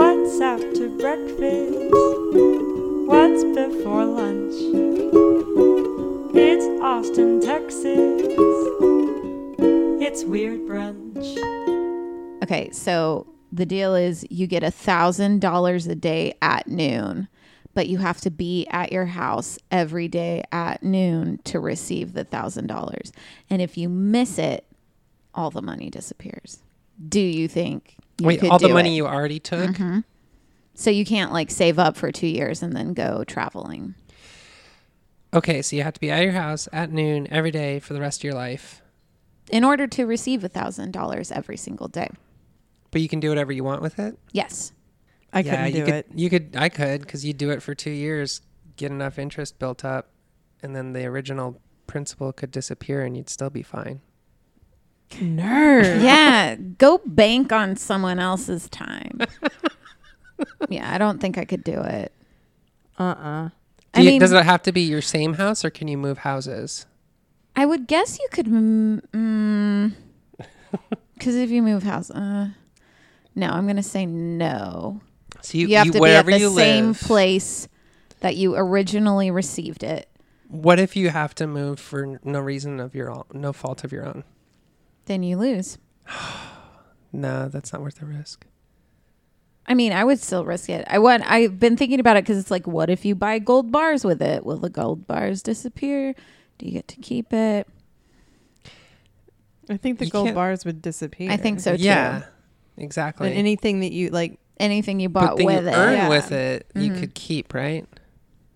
after breakfast? What's before lunch? It's Austin, Texas. It's Weird Brunch. Okay, so the deal is you get a thousand dollars a day at noon, but you have to be at your house every day at noon to receive the thousand dollars. And if you miss it, all the money disappears. Do you think? You Wait, could all the do it? money Mm-hmm. you already took? So you can't like save up for two years and then go traveling. Okay, so you have to be at your house at noon every day for the rest of your life, In order to receive a thousand dollars every single day. but you can do whatever you want with it. Yes. I yeah, couldn't you do could. it. You could. I could because you do it for two years, get enough interest built up, and then the original principal could disappear, and you'd still be fine. Nerd. Yeah. go bank on someone else's time. yeah, I don't think I could do it. Uh-uh. I Do you- mean- does it have to be your same house, or can you move houses? I would guess you could, because if you move house, uh, no, I'm gonna say no. So You, have to be at wherever the you same live- place that you originally received it. What if you have to move for n- no reason of your own, no fault of your own? Then you lose. No, that's not worth the risk. I mean, I would still risk it. I would. I've been thinking about it because it's like, what if you buy gold bars with it? Will the gold bars disappear? Do you get to keep it? I think the You gold can't- bars would disappear. I think so too. Yeah, exactly. And anything that you like Anything you but bought then with you it, Mm-hmm. earn Yeah. with it, you could keep, right?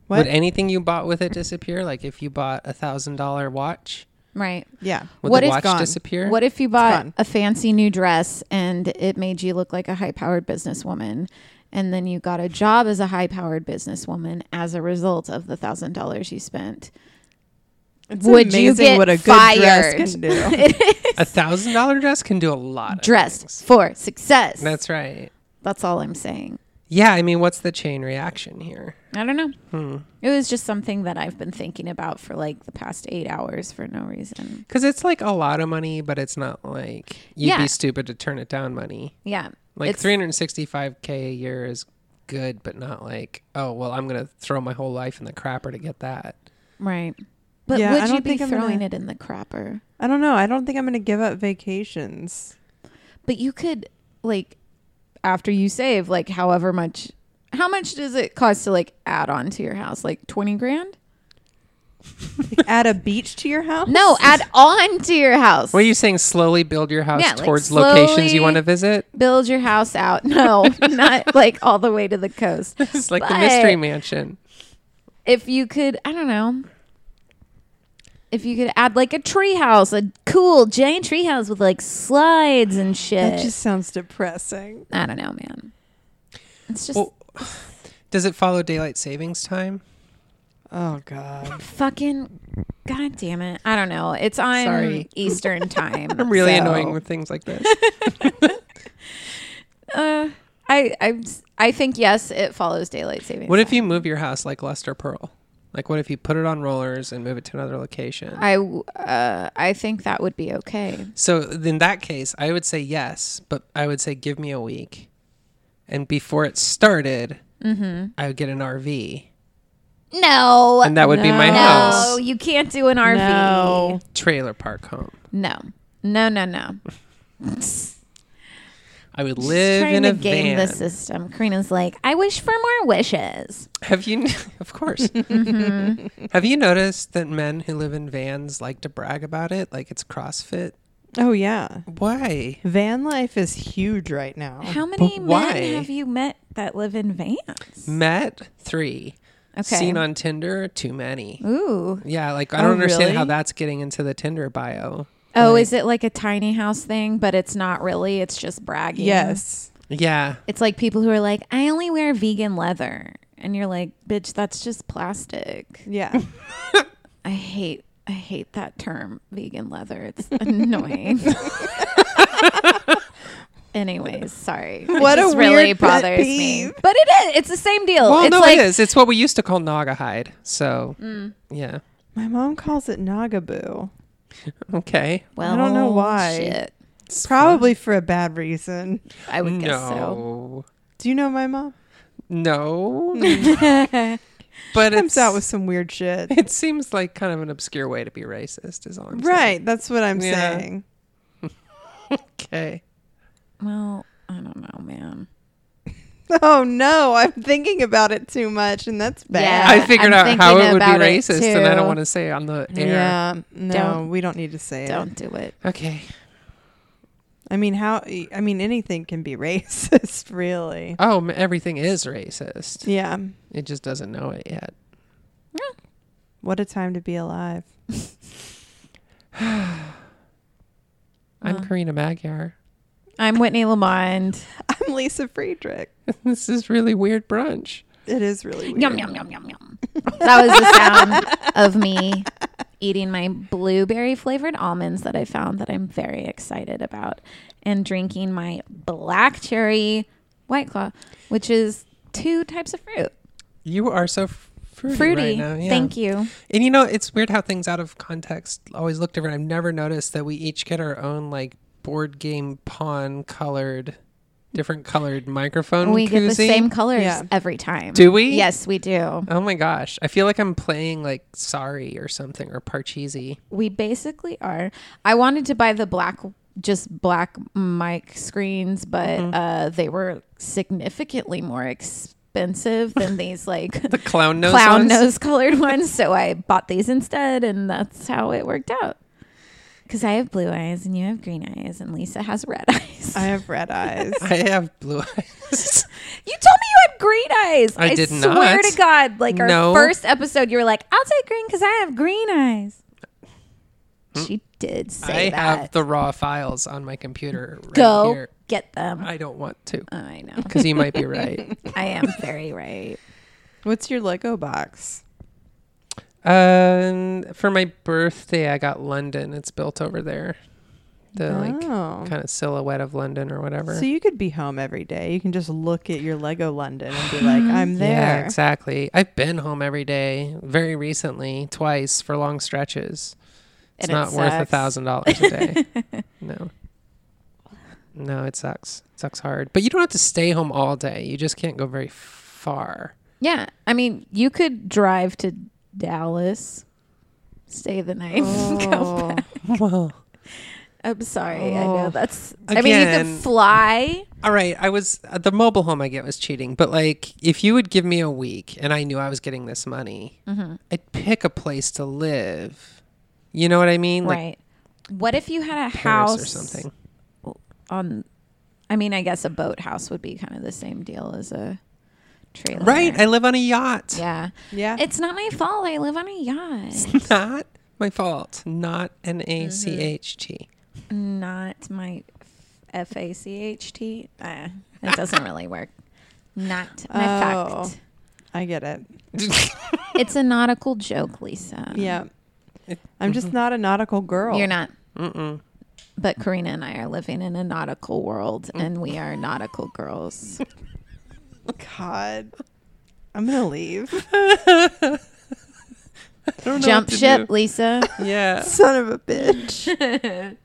what? Would anything you bought with it disappear? Like if you bought a thousand dollar watch, right? yeah. would What the if- watch Gone. disappear? What if you bought gone. a fancy new dress and it made you look like a high powered businesswoman? And then you got a job as a high powered businesswoman as a result of the thousand dollars you spent. It's Would amazing you get what a good fired? dress can do. a thousand dollar dress can do a lot. of Dressed things. for success. That's, That's right. all I'm saying. Yeah, I mean, what's the chain reaction here? I don't know. Hmm. It was just something that I've been thinking about for like the past eight hours for no reason. Because it's like a lot of money, but it's not like you'd Yeah. be stupid to turn it down money. Yeah. Like It's- three hundred sixty five k a year is good, but not like oh well, I'm gonna throw my whole life in the crapper to get that. Right. But Yeah, I would you don't be think I'm gonna- throwing it in the crapper? I don't know. I don't think I'm going to give up vacations. But you could like after you save like however much how much does it cost to like add on to your house? Like 20 grand? Like, add a beach to your house? No, add on to your house. What are you saying? Slowly build your house Yeah, like, towards locations you slowly- want to visit. Build your house out. No, not like all the way to the coast. It's like the But- mystery mansion. If you could, I don't know. If you could add like a tree house, a cool giant tree house with like slides and shit. That just sounds depressing. I don't know, man. It's just Well, does it follow daylight savings time? Oh god. fucking god damn it. I don't know. It's on Sorry. Eastern time. I'm really so- annoying with things like this. Uh, I I I think yes, it follows daylight savings. what if time. you move your house like Lester Pearl? Like, what if you put it on rollers and move it to another location? I w- uh I think that would be okay. so, in that case, I would say yes, but I would say give me a week. And before it started, Mm-hmm. I would get an RV. No. And that would be my no, house. you can't do an RV. No. Trailer park home. No. No, no, no. I would She's live trying in to a game the van. system. Karina's like, I wish for more wishes. Have you, of course, have you noticed that men who live in vans like to brag about it? Like it's CrossFit? Oh yeah. Why? Van life is huge right now. How many Oh, why? men have you met that live in vans? Met three. Okay. Seen on Tinder? Too many. Ooh. Yeah, like I don't understand how really? that's getting into the Tinder bio. Oh, is it like a tiny house thing, but it's not really? It's just bragging. Yes. Yeah. It's like people who are like, I only wear vegan leather. And you're like, bitch, that's just plastic. Yeah. I hate I hate that term, vegan leather. It's annoying. Anyways, sorry. What it a just really weird pet bothers me. peeve. But it is. It's the same deal. Well, Oh, it's no, like it is. It's what we used to call Naga hide. So, yeah. My mom calls it nagaboo. Okay. well, I don't know why. Shit. Probably for a bad reason. I would guess so. no. Do you know my mom? No, Comes but it's, out with some weird shit. it seems like kind of an obscure way to be racist. Is all I'm Right, that's what I'm Yeah. saying. saying. Okay. Well, I don't know, man. Oh no, I'm thinking about it too much, and that's bad. I figured Uh, I'm out how thinking it would be about it racist, and I too. don't want to say it on the air. Yeah, no, Don't- we don't need to say it. Don't do it. Okay. I mean, how? I mean, anything can be racist, really. Oh, m- everything is racist. Yeah. It just doesn't know it yet. What a time to be alive. I'm Uh-huh. Karina Magyar. I'm Whitney Lamond. I'm Lisa Friedrich. This is really weird brunch. It is really weird. Yum yum yum yum yum. That was the sound of me eating my blueberry flavored almonds that I found that I'm very excited about, and drinking my black cherry white claw, which is two types of fruit. You are so f- fruity, Fruity. right now. Yeah. Thank you. And you know, it's weird how things out of context always look different. I've never noticed that we each get our own like board game pawn colored, different colored microphone. we get the koozie. same colors Yeah. every time. Do we? Yes, we do. Oh my gosh! I feel like I'm playing like Sorry or something or Parcheesi. We basically are. I wanted to buy the black, just black mic screens, but Mm-hmm. uh, they were significantly more expensive than these like The clown nose. clown ones? nose colored ones. So I bought these instead, and that's how it worked out. Because I have blue eyes and you have green eyes, and Lisa has red eyes. I have red eyes. I have blue eyes. you told me you had green eyes. I did swear not. to God, like our No. first episode, you were like, "I'll take green because I have green eyes." She did say Hmm. I that. have the raw files on my computer. Right Go Here. get them. I, I don't want to know. because you might be right. I am very right. What's your Lego box? Um, for my birthday, I got London. It's built over there. The like oh. kind of silhouette of London or whatever. So you could be home every day. You can just look at your Lego London and be like, I'm there. Yeah, exactly. I've been home every day very recently, twice for long stretches. And It's it not worth a sucks. thousand dollars a day. no. No, it sucks. It sucks hard. But you don't have to stay home all day. You just can't go very far. Yeah, I mean, you could drive to Dallas, stay the night, go back. Whoa. I'm sorry. I know Oh. that's. I mean, you Again. can fly. All right, I was uh, the mobile home I get was cheating, but like if you would give me a week and I knew I was getting this money, I'd pick a place to live. You know what I mean? Like right. What if you had a Paris house or something. on? I mean, I guess a boathouse would be kind of the same deal as a trailer. Right, I live on a yacht. yeah. Yeah. It's not my fault. I live on a yacht. Not my fault. Not an A C H T. not my F A C H T. Uh, It doesn't really work. Not my Oh. fact. I get it. It's a nautical joke, Lisa. Yeah. I'm just Mm-hmm. not a nautical girl. You're not. But Karina and I are living in a nautical world, and we are nautical girls. God. I'm going to leave. Jump ship, Lisa. Yeah. Son of a bitch.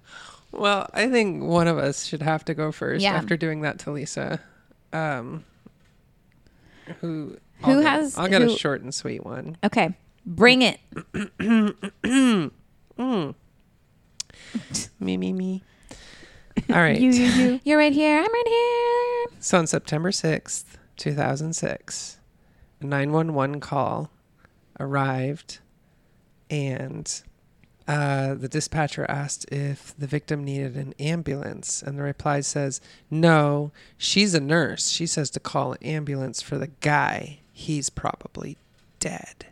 Well, I think one of us should have to go first Yeah. after doing that to Lisa. Um, who Who I'll has- Get, I'll get who- a short and sweet one. Mm. Okay, bring it. Me me me. All right. You, you, you. You're right here. I'm right here. So on September 6th, 2006, a 911 call arrived and uh, the dispatcher asked if the victim needed an ambulance. And the reply says, No, she's a nurse. She says to call an ambulance for the guy. He's probably dead.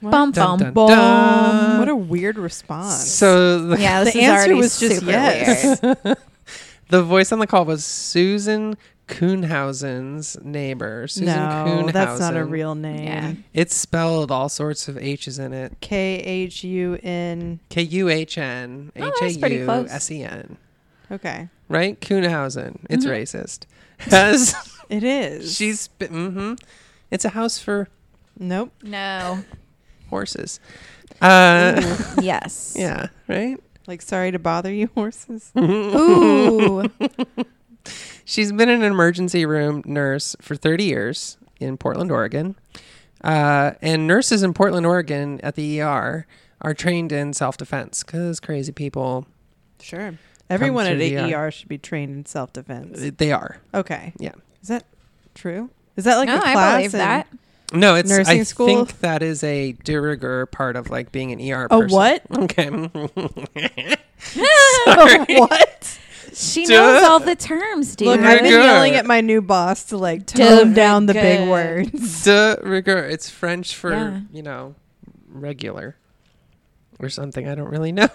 What? Bum bum. Dun, dun, Bum. dun. What a weird response. So the, Yeah, this The is answer already was just super yes. weird. the voice on the call was Susan Kuhnhausen's neighbor. Susan no, that's not a Kuhnhausen. real name. Yeah. It's spelled all sorts of H's in it. K H U N. K U H N H Oh, A that's pretty U close. Mm-hmm. S E N. Okay. Right? Kuhnhausen. It's racist. Has It is. she's mm-hmm. It's a house for Nope. No. horses. Uh yes. yeah, right? Like, sorry to bother you, horses. Ooh. She's been an emergency room nurse for 30 years in Portland, Oregon. Uh, and nurses in Portland, Oregon at the ER are trained in self defense because crazy people, Sure. Everyone through at the a ER. ER. should be trained in self defense. they are. Okay. Yeah. Is that true? Is that like no, a class? I believe in- that. No, it's. I Nursing school? think that is a de rigueur part of like being an ER. A person. what? Okay. what? She Duh. knows all the terms, dude. Look, Dear I've been God. yelling at my new boss to like tone down the God. big words. de rigueur. It's French for Yeah. you know regular or something. I don't really know.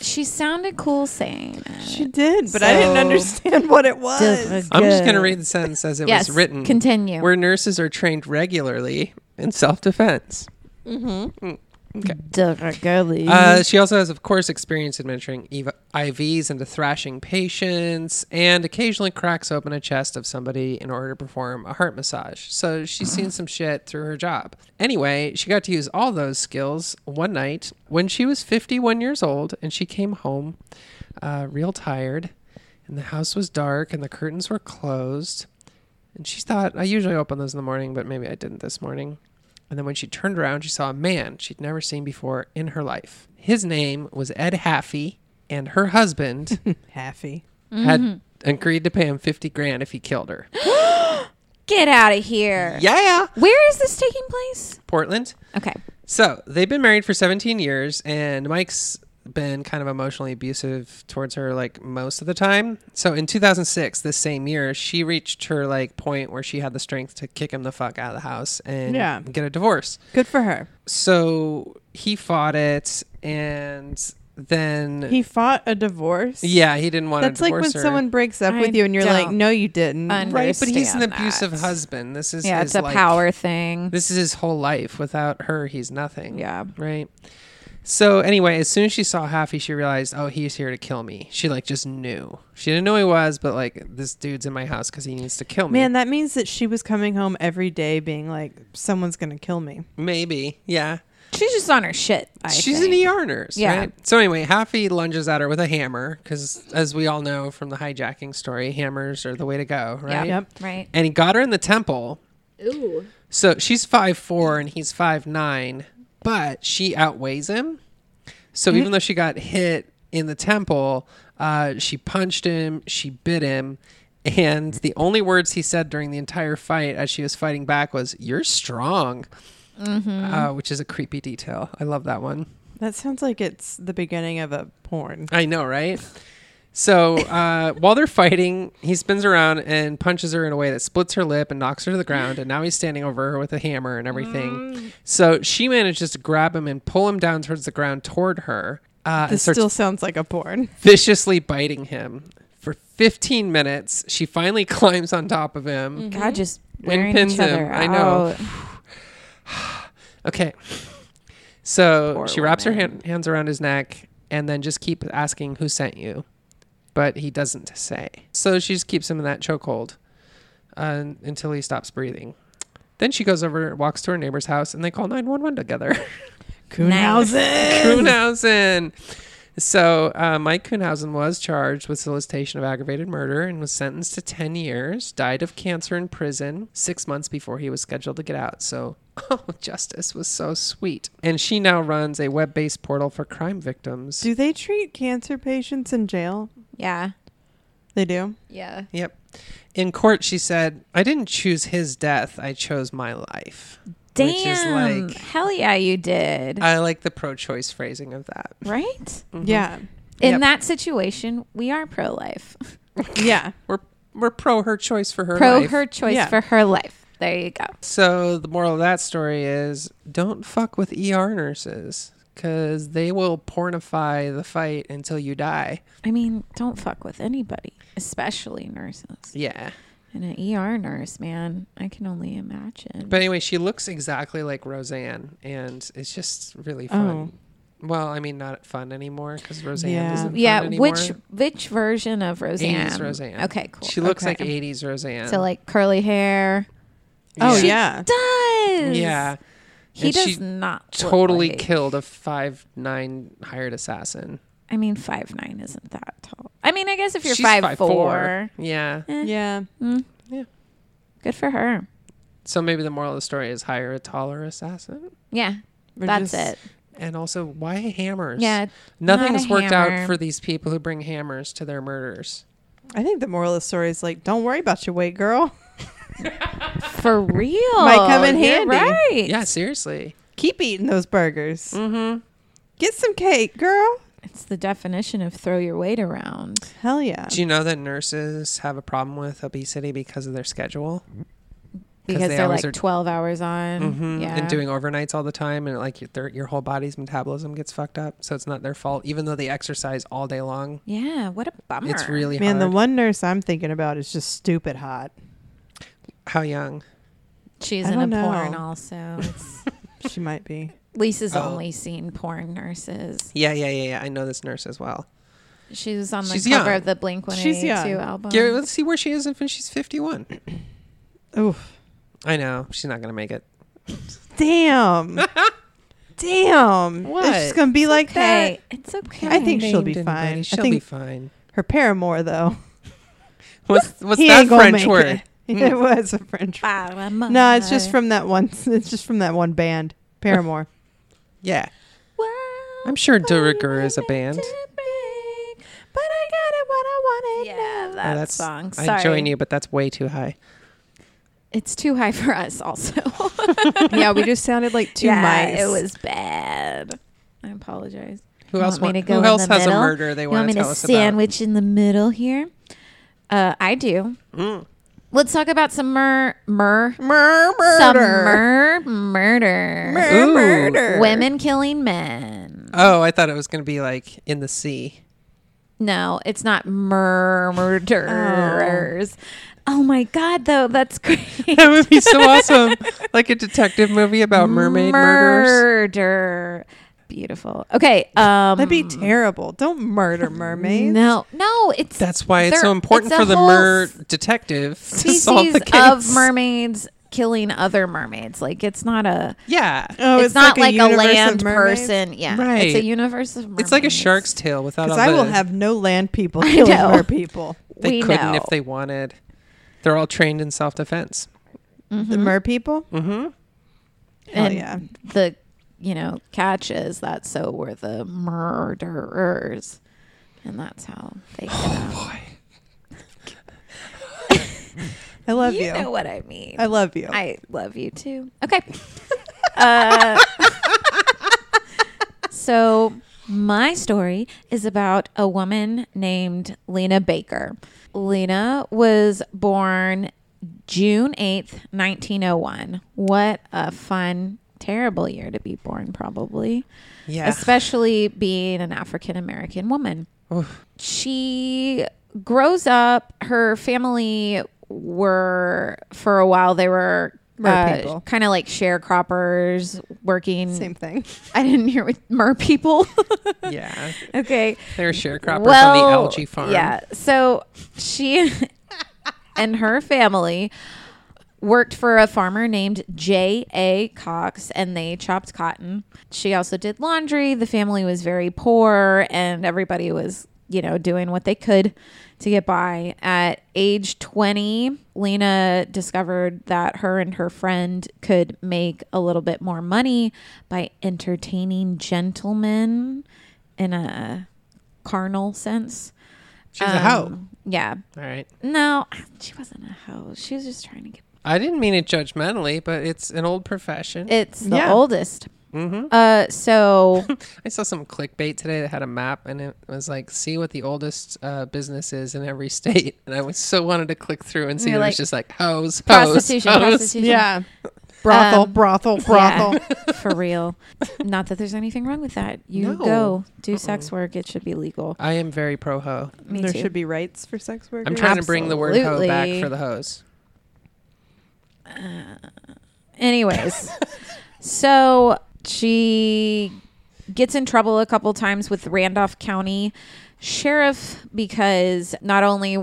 she sounded cool saying it. She did, but I didn't So- understand what it was. I'm just gonna read the sentence as it yes, was written. Continue. Where nurses are trained regularly in self-defense. Duragoli. Uh, she also has, of course, experience administering E EV- IVs into thrashing patients, and occasionally cracks open a chest of somebody in order to perform a heart massage. So she's seen some shit through her job. Anyway, she got to use all those skills one night when she was 51 years old, and she came home uh, real tired, and the house was dark, and the curtains were closed. And she thought, I usually open those in the morning, but maybe I didn't this morning. And then when she turned around, she saw a man she'd never seen before in her life. His name was Ed Haffey, and her husband uh, Happy. had agreed to pay him 50 grand if he killed her. Get out of here. yeah! Where is this taking place? Portland. Okay. So they've been married for 17 years, and Mike's been kind of emotionally abusive towards her like most of the time. So in 2006, this same year, she reached her like point where she had the strength to kick him the fuck out of the house and Yeah. get a divorce. Good for her. So he fought it, and then He fought a divorce. yeah, he didn't want That's to like divorce when her. someone breaks up I with you and you're like, don't no, you didn't. un- right, but he's an understand abusive that. husband. This is yeah, his, it's a like- power thing. This is his whole life. Without her, he's nothing. yeah. Right. So anyway, as soon as she saw Haffy, she realized, oh, he's here to kill me. She like just knew. She didn't know he was, but like this dude's in my house because he needs to kill me. Man, that means that she was coming home every day being like, someone's going to kill me. maybe. Yeah. She's just on her shit. I She's think. an ER nurse, Yeah. right? So anyway, Haffy lunges at her with a hammer because, as we all know from the hijacking story, hammers are the way to go, right? Yeah. Yep. Right. And he got her in the temple. Ooh. So she's five four and he's five nine, but she outweighs him. So Mm-hmm. even though she got hit in the temple, uh, she punched him, she bit him, and the only words he said during the entire fight as she was fighting back was "You're strong," Mm-hmm. uh, which is a creepy detail. I love that one. That sounds like it's the beginning of a porn. I know, right? So uh, while they're fighting, he spins around and punches her in a way that splits her lip and knocks her to the ground. And now he's standing over her with a hammer and everything. Mm. So she manages to grab him and pull him down towards the ground toward her uh, and This starts still sounds like a porn. viciously biting him. For 15 minutes, she finally climbs on top of him. Mm. God, just And wearing pins each other him. I know. out. Okay. So Poor she wraps her woman. hand, hands around his neck and then just keep asking who sent you, but he doesn't say. So she just keeps him in that chokehold uh, until he stops breathing. Then she goes over, walks to her neighbor's house, and they call 911 together. Kuhnhausen. So uh, Mike Kuhnhausen was charged with solicitation of aggravated murder and was sentenced to 10 years, died of cancer in prison six months before he was scheduled to get out. So, oh, justice was so sweet. And she now runs a web based portal for crime victims. Do they treat cancer patients in jail? Yeah. They do. Yeah. Yep. In court, she said, I didn't choose his death, I chose my life. Damn. Which is like- Hell yeah, you did. I like the pro choice phrasing of that. Mm-hmm. right? Yeah. In Yep. that situation, we are pro life. Yeah. We're, we're pro her choice for her Pro life. her choice Yeah. for her life. There you go. So the moral of that story is don't fuck with ER nurses because they will pornify the fight until you die. I mean, don't fuck with anybody, especially nurses. Yeah. And an ER nurse, man, I can only imagine. But anyway, she looks exactly like Roseanne, and it's just really Oh. fun. Well, I mean, not fun anymore because Roseanne Yeah. isn't. yeah, fun which anymore. which version of Roseanne? 80s Roseanne. Okay, cool. She looks Okay. like 80s Roseanne. so like curly hair. Oh, She yeah. Does Yeah. He And does she not look Totally like- killed a five nine hired assassin. I mean, five nine isn't that tall. I mean, I guess if you're She's five, four. four, Yeah. Yeah. mm, Yeah. good for her. So maybe the moral of the story is hire a taller assassin. Yeah, We're that's just- it. And also, why hammers? Yeah, Nothing's a worked hammer. out for these people who bring hammers to their murders. I think the moral of the story is like, don't worry about your weight, girl. for real. Might come in You're handy. Right. Yeah, seriously. Keep eating those burgers. Mm-hmm. Get some cake, girl. It's the definition of throw your weight around. Hell yeah. Do you know that nurses have a problem with obesity because of their schedule? Because they they are always like are- 12 hours Mm-hmm. on. Mhm. Yeah. And doing overnights all the time, and like your, their, your whole body's metabolism gets fucked up. So it's not their fault, even though they exercise all day long. yeah. What a bummer. It's really Man, the hard. one nurse I'm thinking about is just stupid hot. How young? She's I in a don't porn know. also. It's, She might be. Lisa's Oh. only seen porn nurses. Yeah, yeah, yeah, yeah. I know this nurse as well. She was on the She's cover young. of the Blink She's 182 young. album. Gary, um, let's see where she is if she's 51. Oof. I know. She's not going to make it. Damn. Damn. What? It's just going to be like okay. It's okay. I think she'll Named be fine. I She'll be think- fine. that. Her paramour, though. What's, what's He that ain't gonna French make word? It. it was a French word. Oh, No, it's just from that one. It's just from that one band, Paramore. Yeah. Wow, I'm sure what you Duriger were is a meant band. to be. but I got it what I wanted. Yeah, that Oh, that's- song. Sorry. I join you, but that's way too high. It's too high for us, also. yeah, we just sounded like two yeah, mice. It was bad. I apologize. Who You else? want me wa- to go who in else the has a middle? murder they You want to me tell to us sandwich in the middle here? Uh, I do. about? Mm. Let's talk about some mur mur Mur- some murder. mur murder. Mur- Ooh. murder. Women killing men. Oh, I thought it was going to be like in the sea. No, it's not mur- murderers. Oh. my god, though, that's great. That would be so awesome, like a detective movie about mermaid murders. Murder. Beautiful. Okay. Um, That'd be terrible. Don't murder mermaids. No, no, it's That's why it's they're- so important it's a for the whole mer detective to solve species the case. of mermaids killing other mermaids. Like it's not a. Yeah, Oh, it's, not like a, universe of land mermaids? person. Yeah, it's a Right. universe of. Mermaids. it's like a shark's tail without all Because the. I will have no land people I killing know. mer people. they we couldn't know. if they wanted. They're all trained in self defense. The mer people? Mm-hmm. Hell And yeah. the you know catch is that so were the murderers, and that's how they. Get out. I love you. you know what I mean. I love you. I love you too. Okay. uh, so my story is about a woman named Lena Baker. Lena was born June 8th, 1901. What a fun, terrible year to be born, probably Yeah. especially being an African American woman. She grows up, her family were, for a while, they were Mer people. kind of like sharecroppers working. Same thing. I didn't hear what mer people. yeah. okay. They were sharecroppers well, on the algae farm. Yeah. So she and her family worked for a farmer named J.A. Cox and they chopped cotton. She also did laundry. The family was very poor and everybody was, you know, doing what they could to get by. At age 20, Lena discovered that her and her friend could make a little bit more money by entertaining gentlemen in a carnal sense. She's a hoe. Um, Yeah. All right. No, she wasn't a hoe. She was just trying to get. I didn't mean it judgmentally, but it's an old profession. It's the Yeah. oldest. mm-hmm. Uh, so I saw some clickbait today that had a map and it was like, see what the oldest uh, business is in every state. And I was so wanted to click through and see. You're and it like, was just like, hoes, prostitution, hoes, hoes. prostitution. Brothel, Um, brothel, Yeah, brothel. for real. Not that there's anything wrong with that. You No. go do sex work. It should be legal. I am very pro hoe. Me there too. should be rights for sex workers. I'm trying to bring the word hoe Absolutely. back for the hoes. Anyways, so she gets in trouble a couple times with Randolph County sheriff because not only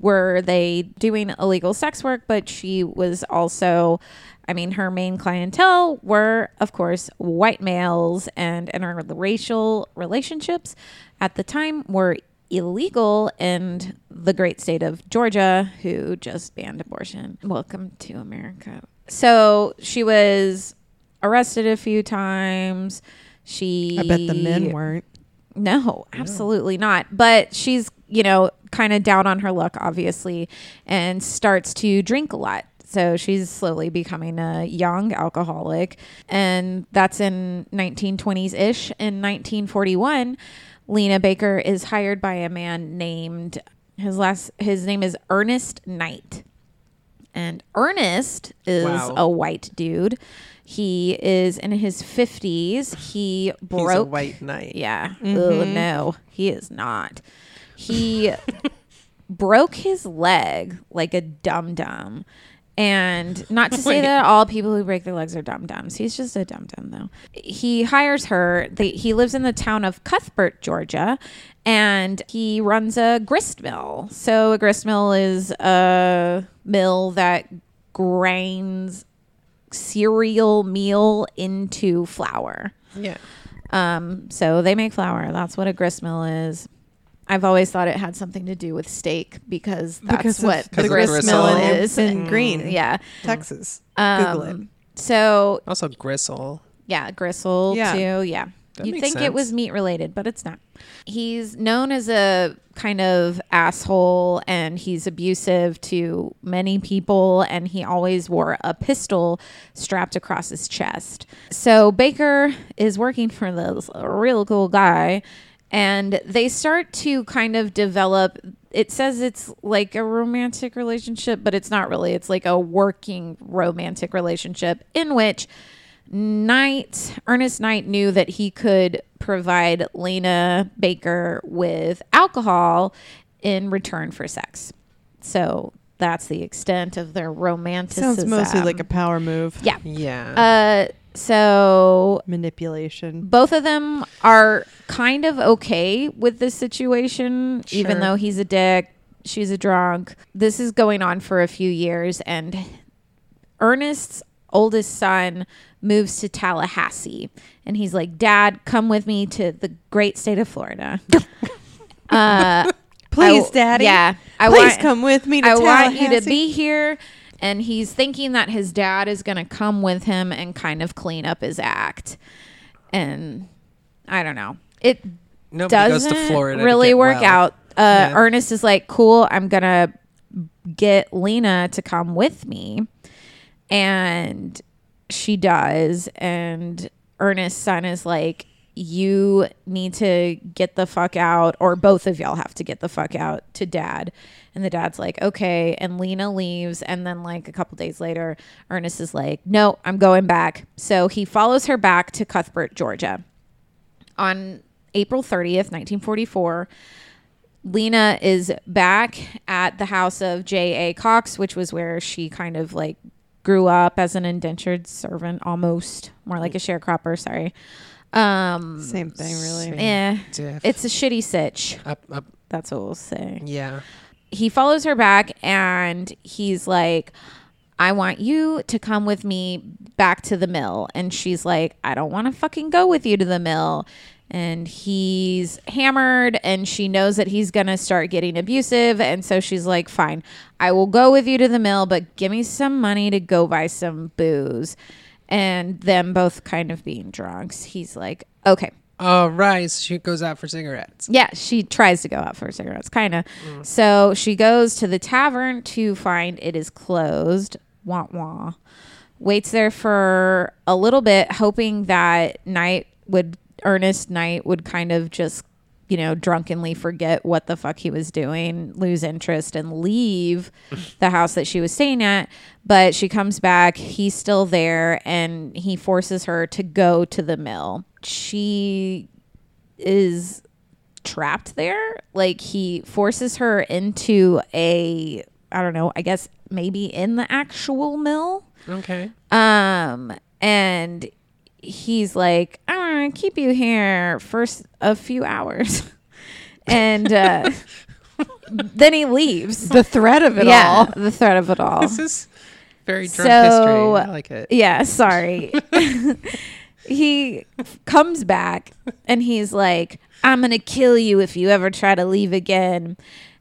were they doing illegal sex work, but she was also, I mean, her main clientele were, of course, white males and interracial relationships at the time were illegal in the great state of Georgia, who just banned abortion. Welcome to America. So she was arrested a few times. She I bet the men weren't. no, absolutely not. But she's, you know, kind of down on her luck, obviously, and starts to drink a lot. So she's slowly becoming a young alcoholic. And that's in 1920s ish. In 1941, Lena Baker is hired by a man named his last his name is Ernest Knight. And Ernest is Wow. a white dude. He is in his 50s. He broke He's a white knight. yeah. Oh no, he is not. He broke his leg like a dum dum. And not to say that all people who break their legs are dum dums. He's just a dum dum though. He hires her. They, he lives in the town of Cuthbert, Georgia, and he runs a grist mill. So a grist mill is a mill that grinds cereal meal into flour. Yeah. Um, so they make flour. That's what a grist mill is. I've always thought it had something to do with steak because that's Because of what the the grist, gristle. mill Gristle is. and green. Yeah. Texas. Google it. Um, so Also gristle. yeah, gristle Yeah. too. Yeah. That You'd makes think it was sense. meat related, but it's not. He's known as a kind of asshole and he's abusive to many people, and he always wore a pistol strapped across his chest. So Baker is working for this real cool guy, and they start to kind of develop. It says it's like a romantic relationship, but it's not really. It's like a working romantic relationship in which Knight, Ernest Knight knew that he could provide Lena Baker with alcohol in return for sex. So that's the extent of their romanticism. Sounds mostly like a power move. um, yeah. Yeah. Uh, so Manipulation. both of them are kind of okay with this situation, even Sure. though he's a dick, she's a drunk. This is going on for a few years, and Ernest's oldest son moves to Tallahassee, and he's like, "Dad, come with me to the great state of Florida." uh, Please, I- Daddy. Yeah, I Please want- come with me to I want you to Tallahassee. be here. And he's thinking that his dad is going to come with him and kind of clean up his act. And I don't know. It Nobody goes doesn't to Florida. to really get work well. out. Uh, Yeah. Ernest is like, cool, I'm going to get Lena to come with me. And she does. And Ernest's son is like, you need to get the fuck out, or both of y'all have to get the fuck out to dad. And the dad's like, okay. And Lena leaves. And then, like, a couple days later, Ernest is like, no, I'm going back. So he follows her back to Cuthbert, Georgia. On April 30th, 1944, Lena is back at the house of J.A. Cox, which was where she kind of like grew up as an indentured servant, almost more like a sharecropper. Sorry. Um, Same thing, really. Same. eh, Diff. it's a shitty sitch. up, up. That's what we'll say Yeah. he follows her back and he's like I want you to come with me back to the mill and she's like I don't want to fucking go with you to the mill and he's hammered and she knows that he's going to start getting abusive and so she's like fine I will go with you to the mill but give me some money to go buy some booze and them both kind of being drunks he's like okay Oh, right. So she goes out for cigarettes. yeah, she tries to go out for cigarettes, kind of. So she goes to the tavern to find it is closed. Wah wah. Waits there for a little bit, hoping that Knight would, Ernest Knight would kind of just, you know, drunkenly forget what the fuck he was doing, lose interest, and leave the house that she was staying at. But she comes back, he's still there, and he forces her to go to the mill. She is trapped there. Like he forces her into a I don't know, I guess maybe in the actual mill. Okay. Um and "Ah, he's like, "I'm going to keep you here for s- a few hours." and uh, then he leaves. The threat of it yeah, all. the threat of it all. This is very drunk So, history. I like it. Yeah, sorry. he comes back and he's like, I'm going to kill you if you ever try to leave again.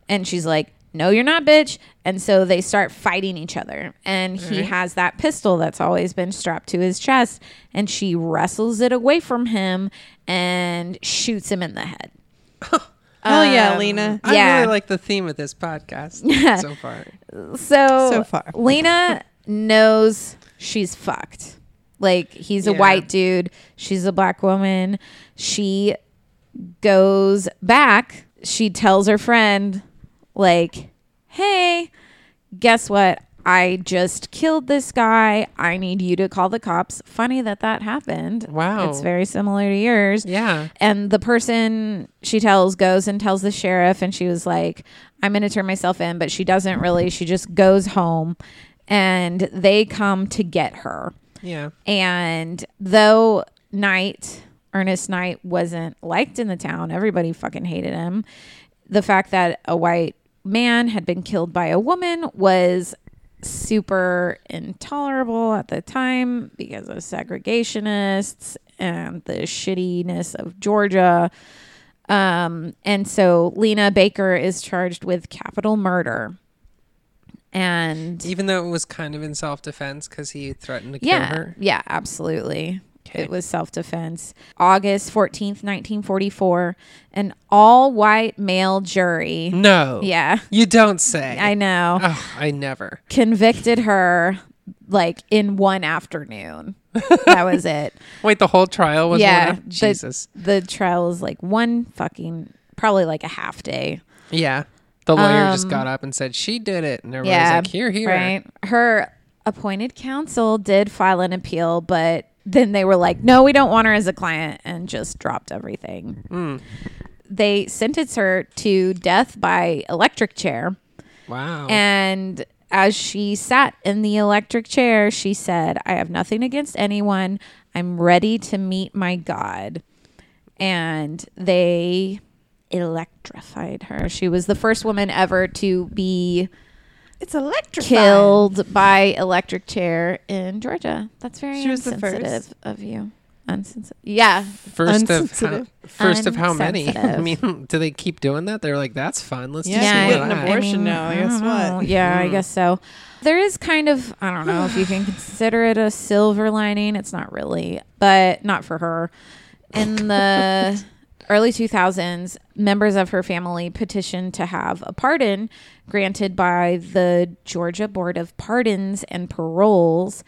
And she's like, No, you're not, bitch. And so they start fighting each other. And he Alright. has that pistol that's always been strapped to his chest. And she wrestles it away from him and shoots him in the head. Hell yeah, Um, Lena. I yeah. really like the theme of this podcast so far. So, So far. Lena knows she's fucked. Like he's a Yeah. white dude, she's a black woman. She goes back. She tells her friend, like, "Hey, guess what? I just killed this guy. I need you to call the cops." Funny that that happened. Wow. it's very similar to yours. Yeah. And the person she tells goes and tells the sheriff, and she was like, I'm going to turn myself in, but she doesn't really. She just goes home, and they come to get her. Yeah. And though Knight, Ernest Knight, wasn't liked in the town, everybody fucking hated him. The fact that a white man had been killed by a woman was super intolerable at the time because of segregationists and the shittiness of Georgia. Um, and so Lena Baker is charged with capital murder. And Even though it was kind of in self defense because he threatened to yeah. kill her. Yeah, absolutely. Okay. It was self defense. August 14th, 1944, an all white male jury. No. Yeah, You don't say. I know. Oh, I never. Convicted her like in one afternoon. that was it. Wait, the whole trial was yeah. one af- the- Jesus. The trial was like one fucking, probably like a half day. Yeah. The lawyer just Um, got up and said she did it, and everyone was like, "Here, here." Right. Her appointed counsel did file an appeal, but then they were like, no, we don't want her as a client and just dropped everything. Hmm. They sentenced her to death by electric chair. Wow. And as she sat in the electric chair, she said, I have nothing against anyone. I'm ready to meet my God. And they electrified her. She was the first woman ever to be It's electric. killed by electric chair in Georgia. That's very She was the insensitive of you. Unsensitive. Yeah. first of how, Unsensitive. first of how many? I Unsensitive. mean, do they keep doing that? They're like, "That's fun. Let's Yeah, just Hmm. she do wouldn't that." have abortion now, I guess don't know. what? Yeah, I guess so. There is kind of I don't know if you can consider it a silver lining. It's not really, but not for her. In the early 2000s, members of her family petitioned to have a pardon granted by the Georgia Board of Pardons and Paroles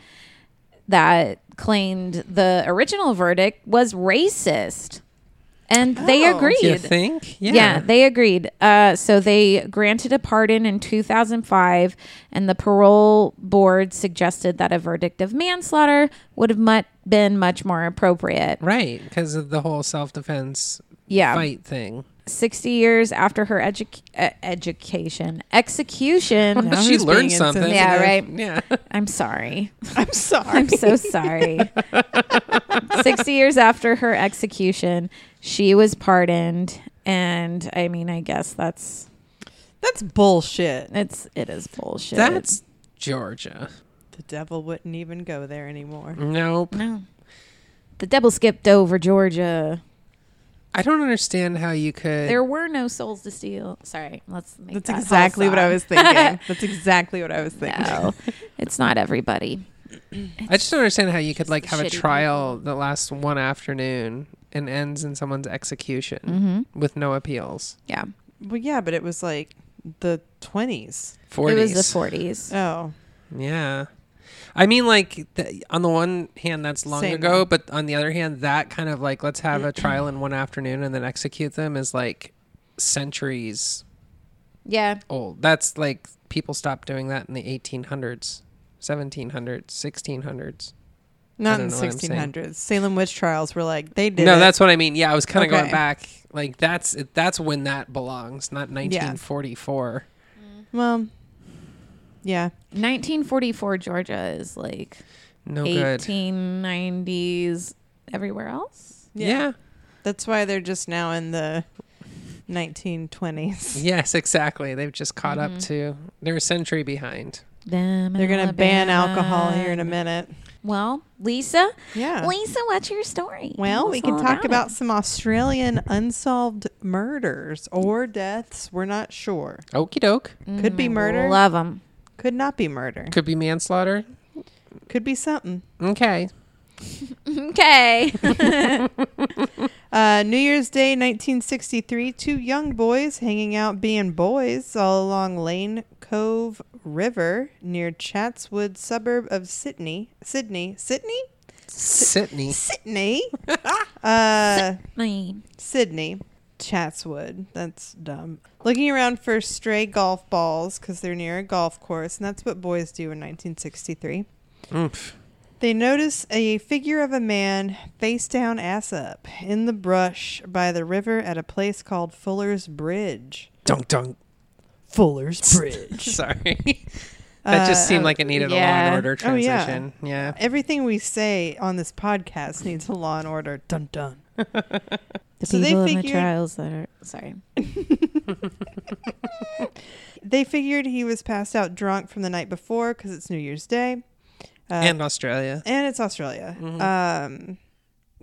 that claimed the original verdict was racist. And they Oh. agreed. You think? Yeah. Yeah. they agreed. Uh, so they granted a pardon in 2005, and the parole board suggested that a verdict of manslaughter would have mu- been much more appropriate. right, because of the whole self-defense Yeah. fight thing. 60 years after her edu- uh, education, execution. Now she who's learned being something. insensitive? Yeah, right. Yeah. I'm sorry. I'm sorry. I'm so sorry. 60 years after her execution, she was pardoned. And I mean, I guess that's, That's bullshit. it's, it is bullshit. That's Georgia. The devil wouldn't even go there anymore. Nope. No. The devil skipped over Georgia. I don't understand how you could. There were no souls to steal. Sorry, let's make That's that whole exactly what I song. was thinking. That's exactly what I was thinking. No, it's not everybody. I just don't understand how you could like the have a shitty trial that lasts one afternoon and ends in someone's execution Mm-hmm. with no appeals. Yeah, Well, yeah, but it was like the 20s. it was Forties. the forties. Oh, yeah. I mean, like the, on the one hand, that's long Same ago, one. but on the other hand, that kind of like let's have a trial in one afternoon and then execute them is like centuries yeah, old. That's like people stopped doing that in the 1800s, 1700s, 1600s. not don't in the know what I'm saying. 1600s. Salem witch trials were like, they did no, it. that's what I mean. Yeah, I was kind of going Okay. back. Like that's that's when that belongs, not 1944. Well, yeah. nineteen forty-four Georgia is like No Oh, good. eighteen nineties everywhere else. Yeah. That's why they're just now in the 1920s. Yes, exactly. They've just caught Mm-hmm. up to. They're a century behind. Them They're going to ban alcohol here in a minute. minute. Well, Lisa, Yeah. Lisa, what's your story? Tell Well, we us can all talk about it. some Australian unsolved murders or deaths. We're not sure. Okie doke. Could Mm, be murder, Love them. could not be murder, Could be manslaughter. could be something. Okay. Okay. Uh, New Year's Day, 1963, two young boys hanging out being boys all along Lane Cove River near Chatswood suburb of Sydney. Sydney? Sydney? Sydney. Sydney? uh, mean, Sydney. Chatswood. That's dumb. Looking around for stray golf balls because they're near a golf course, and that's what boys do in 1963. Oomph. They notice a figure of a man face down, ass up, in the brush by the river at a place called Fuller's Bridge. Dunk dunk. Fuller's Bridge. Sorry. that just seemed like it needed a law yeah. and order Oh, yeah. transition. Uh, yeah. Everything we say on this podcast needs a law and order. Dun dun. the So they people in the figured- trials that are sorry. They figured he was passed out drunk from the night before because it's New Year's Day. Uh, and Australia. and it's Australia. Um,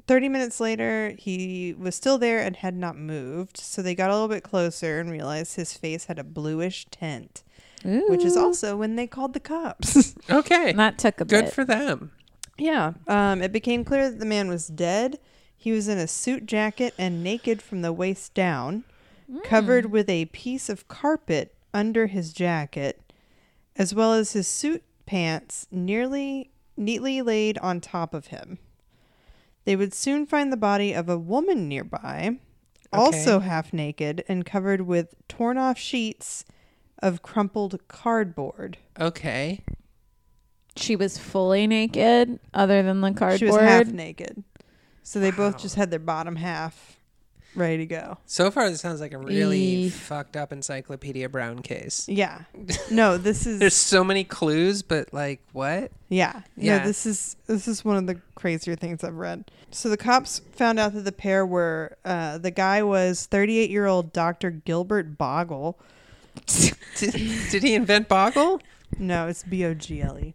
30 minutes later, he was still there and had not moved. So they got a little bit closer and realized his face had a bluish tint, which is also when they called the cops. Okay. And that took a Good bit. for them. yeah. Um, it became clear that the man was dead. He was in a suit jacket and naked from the waist down, covered with a piece of carpet under his jacket, as well as his suit pants nearly neatly laid on top of him. They would soon find the body of a woman nearby, also half naked and covered with torn off sheets of crumpled cardboard. Okay. she was fully naked, other than the cardboard. She was half naked. So they both just had their bottom half ready to go. So far, this sounds like a really Eef. fucked up Encyclopedia Brown case. Yeah. No, this There's is so many clues, but like, what? yeah. Yeah, Yeah. this is this is one of the crazier things I've read. So the cops found out that the pair were uh, the guy was 38-year-old Dr. Gilbert Boggle. Did, did he invent Boggle? No, it's B O G L E.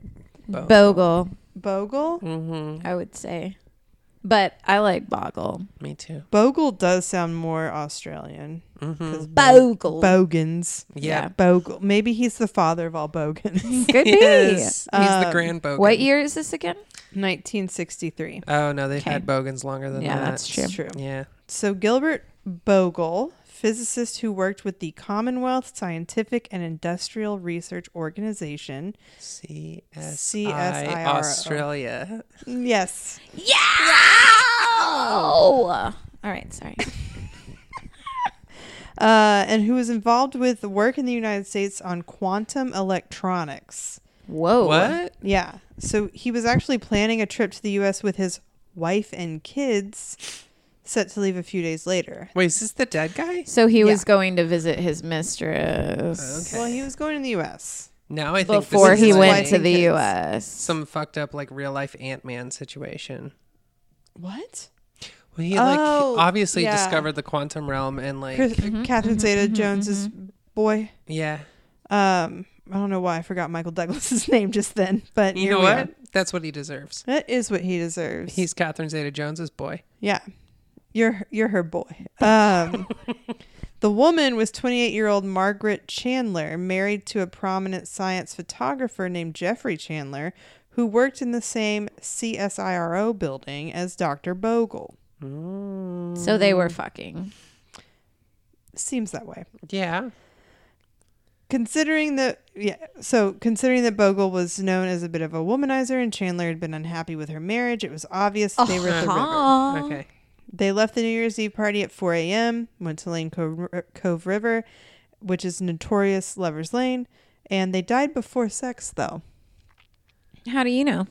Bogle, Bogle? Mm-hmm. I would say, but I like Bogle. Me too. Bogle does sound more Australian. 'cause Bo- Bogle Bogans. Yeah. Bogle. Maybe he's the father of all Bogans. could He be. is. He's the Um, grand Bogan. What year is this again? 1963. Oh, no, they've Okay. had Bogans longer than Yeah, that. that's true. It's true. Yeah. So Gilbert Bogle, physicist who worked with the Commonwealth Scientific and Industrial Research Organization. CSI CSIRO. Australia. Yes. Yeah. All right. Sorry. Uh, and who was involved with work in the United States on quantum electronics. Whoa. What? Yeah. So he was actually planning a trip to the US with his wife and kids set to leave a few days later. Wait, is this the dead guy? So he was Yeah. going to visit his mistress Okay. Well, he was going to the US. Now I think before this is he like went to and the kids. U.S. some fucked up like real life Ant Man situation. What? Well, he like Oh, obviously yeah. discovered the quantum realm and like Chris, Mm-hmm. Catherine Zeta Jones's boy. yeah. Um, I don't know why I forgot Michael Douglas's name just then, but You here know we what? are. That's what he deserves. That is what he deserves. He's Catherine Zeta Jones's boy. yeah. You're you're her boy. Um, the woman was 28 year old Margaret Chandler, married to a prominent science photographer named Jeffrey Chandler, who worked in the same CSIRO building as Dr. Bogle. So they were fucking. Seems that way. Yeah. Considering that, yeah, so considering that Bogle was known as a bit of a womanizer and Chandler had been unhappy with her marriage, it was obvious they were at the Uh-huh. river. Aw. Okay. They left the New Year's Eve party at 4 a.m., went to Lane Cove, Cove River, which is notorious Lover's Lane, and they died before sex, though. How do you know?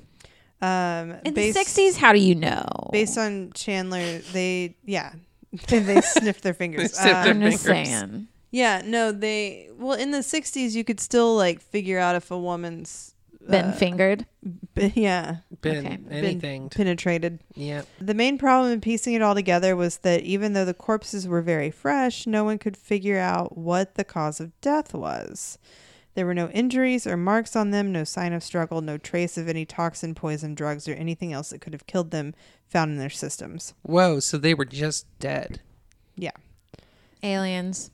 Um, In based, the 60s, how do you know? Based on Chandler, they, yeah, they sniffed their fingers. They sniffed Uh, their I'm just fingers. saying. yeah, no, they, well, in the 60s, you could still, like, figure out if a woman's. Been uh, fingered. b- yeah. been Okay. been anything. penetrated. yeah. The main problem in piecing it all together was that even though the corpses were very fresh, no one could figure out what the cause of death was. There were no injuries or marks on them, no sign of struggle, no trace of any toxin, poison, drugs, or anything else that could have killed them found in their systems. Whoa. So they were just dead. Yeah. Aliens.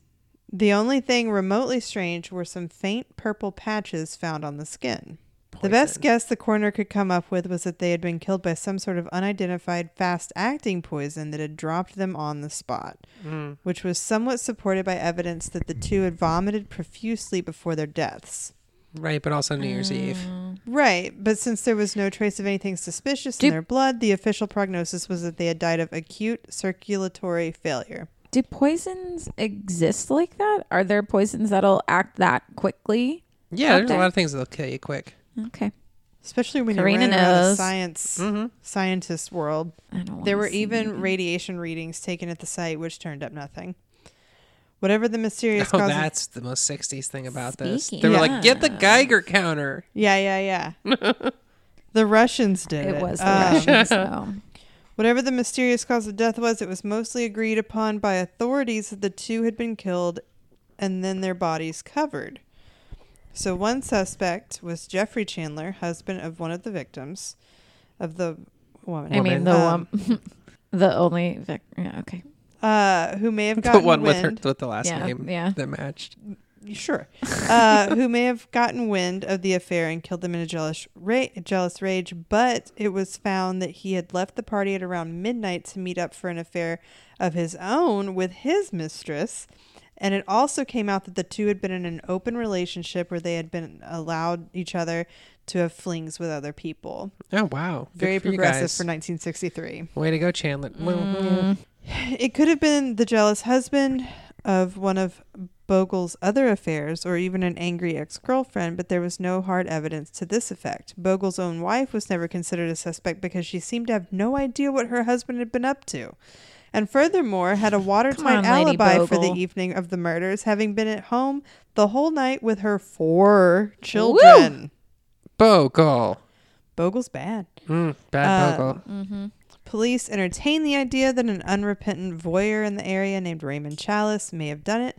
The only thing remotely strange were some faint purple patches found on the skin. The best guess the coroner could come up with was that they had been killed by some sort of unidentified fast acting poison that had dropped them on the spot, Mm. which was somewhat supported by evidence that the two had vomited profusely before their deaths. Right, but also New Year's Mm. Eve. Right, but since there was no trace of anything suspicious Do- in their blood, the official prognosis was that they had died of acute circulatory failure. Do poisons exist like that? Are there poisons that'll act that quickly? Yeah, there's Okay. a lot of things that'll kill you quick. Okay. Especially when Karina you're running around the knows. Mm-hmm. science scientist world. I don't wanna There were see even that. radiation readings taken at the site, which turned up nothing. Whatever the mysterious Oh, cause. of- that's the most 60s thing about this. Speaking They were of- like, get the Geiger counter. yeah, yeah, yeah. the Russians did it. It was the Um, Russians, though. Whatever the mysterious cause of death was, it was mostly agreed upon by authorities that the two had been killed and then their bodies covered. So one suspect was Jeffrey Chandler, husband of one of the victims of the woman. I mean, the um, one, the only. Vic- yeah. Okay. uh, who may have The gotten one with, her, wind- with the last Yeah, name yeah. that matched. sure, uh, who may have gotten wind of the affair and killed them in a jealous, ra- jealous rage, but it was found that he had left the party at around midnight to meet up for an affair of his own with his mistress. And it also came out that the two had been in an open relationship where they had been allowed each other to have flings with other people. Oh, wow. Good Very for you progressive guys. for 1963. Way to go, Chandler. Well, Mm-hmm. It could have been the jealous husband of one of Bogle's other affairs or even an angry ex girlfriend, but there was no hard evidence to this effect. Bogle's own wife was never considered a suspect because she seemed to have no idea what her husband had been up to. And furthermore, had a on, watertight Lady alibi for the Bogle. evening of the murders, having been at home the whole night with her four children. Bogle. Bogle's bad. Mm, bad Uh, Bogle. Police entertained the idea that an unrepentant voyeur in the area named Raymond Chalice may have done it,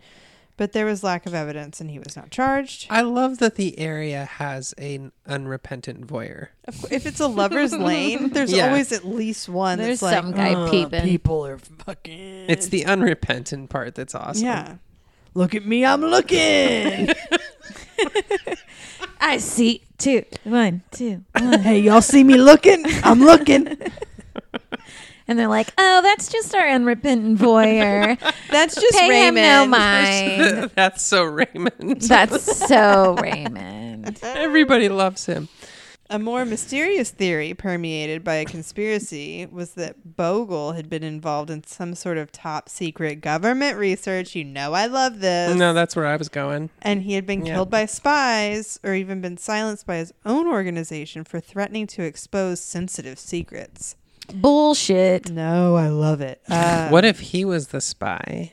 but there was lack of evidence and he was not charged. I love that the area has an unrepentant voyeur. Of cour- If it's a lover's lane, there's Yeah. always at least one There's that's some like, uh, guy peeping. Uh, People are fucking. It's the unrepentant part that's awesome. yeah. Look at me, I'm looking. I see two, one, two, one, hey, y'all see me looking? I'm looking. and they're like, "Oh, that's just our unrepentant voyeur. That's just Pay Raymond. him no mind." that's so Raymond. that's so Raymond. Everybody loves him. A more mysterious theory permeated by a conspiracy was that Bogle had been involved in some sort of top secret government research. You know I love this. No, that's where I was going. and he had been Yeah. killed by spies or even been silenced by his own organization for threatening to expose sensitive secrets. Bullshit. No, I love it. Uh, what if he was the spy?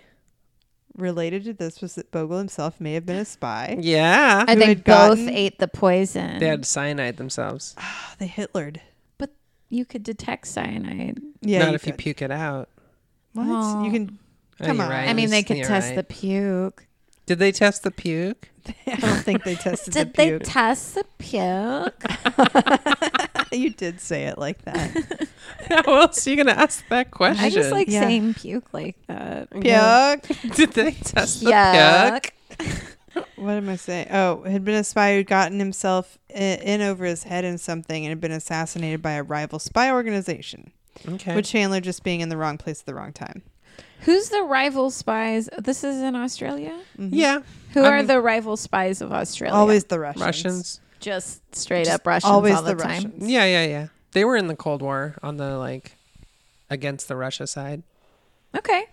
related to this was that Bogle himself may have been a spy. Yeah. And they Who had both gotten- ate the poison. They had cyanide themselves. Oh, they Hitlered. But you could detect cyanide. Yeah, Not if you could. puke it out. What? Well, You can. Oh, Come you're on. right. I mean, they could You're test right. the puke. Did they test the puke? I don't think they tested Did the they puke. test the puke? you did say it like that. How else are you going to ask that question? I just like Yeah. saying puke like that. Puke. Did they test the Yuck. puke? What am I saying? Oh, had been a spy who'd gotten himself i- in over his head in something and had been assassinated by a rival spy organization. Okay. With Chandler just being in the wrong place at the wrong time. Who's the rival spies? This is in Australia. yeah. Who I are mean- the rival spies of Australia? Always the Russians. Russians. just straight up Russians Always all the, the, time. Russians. Yeah, yeah, yeah. They were in the Cold War on the like against the Russia side. Okay.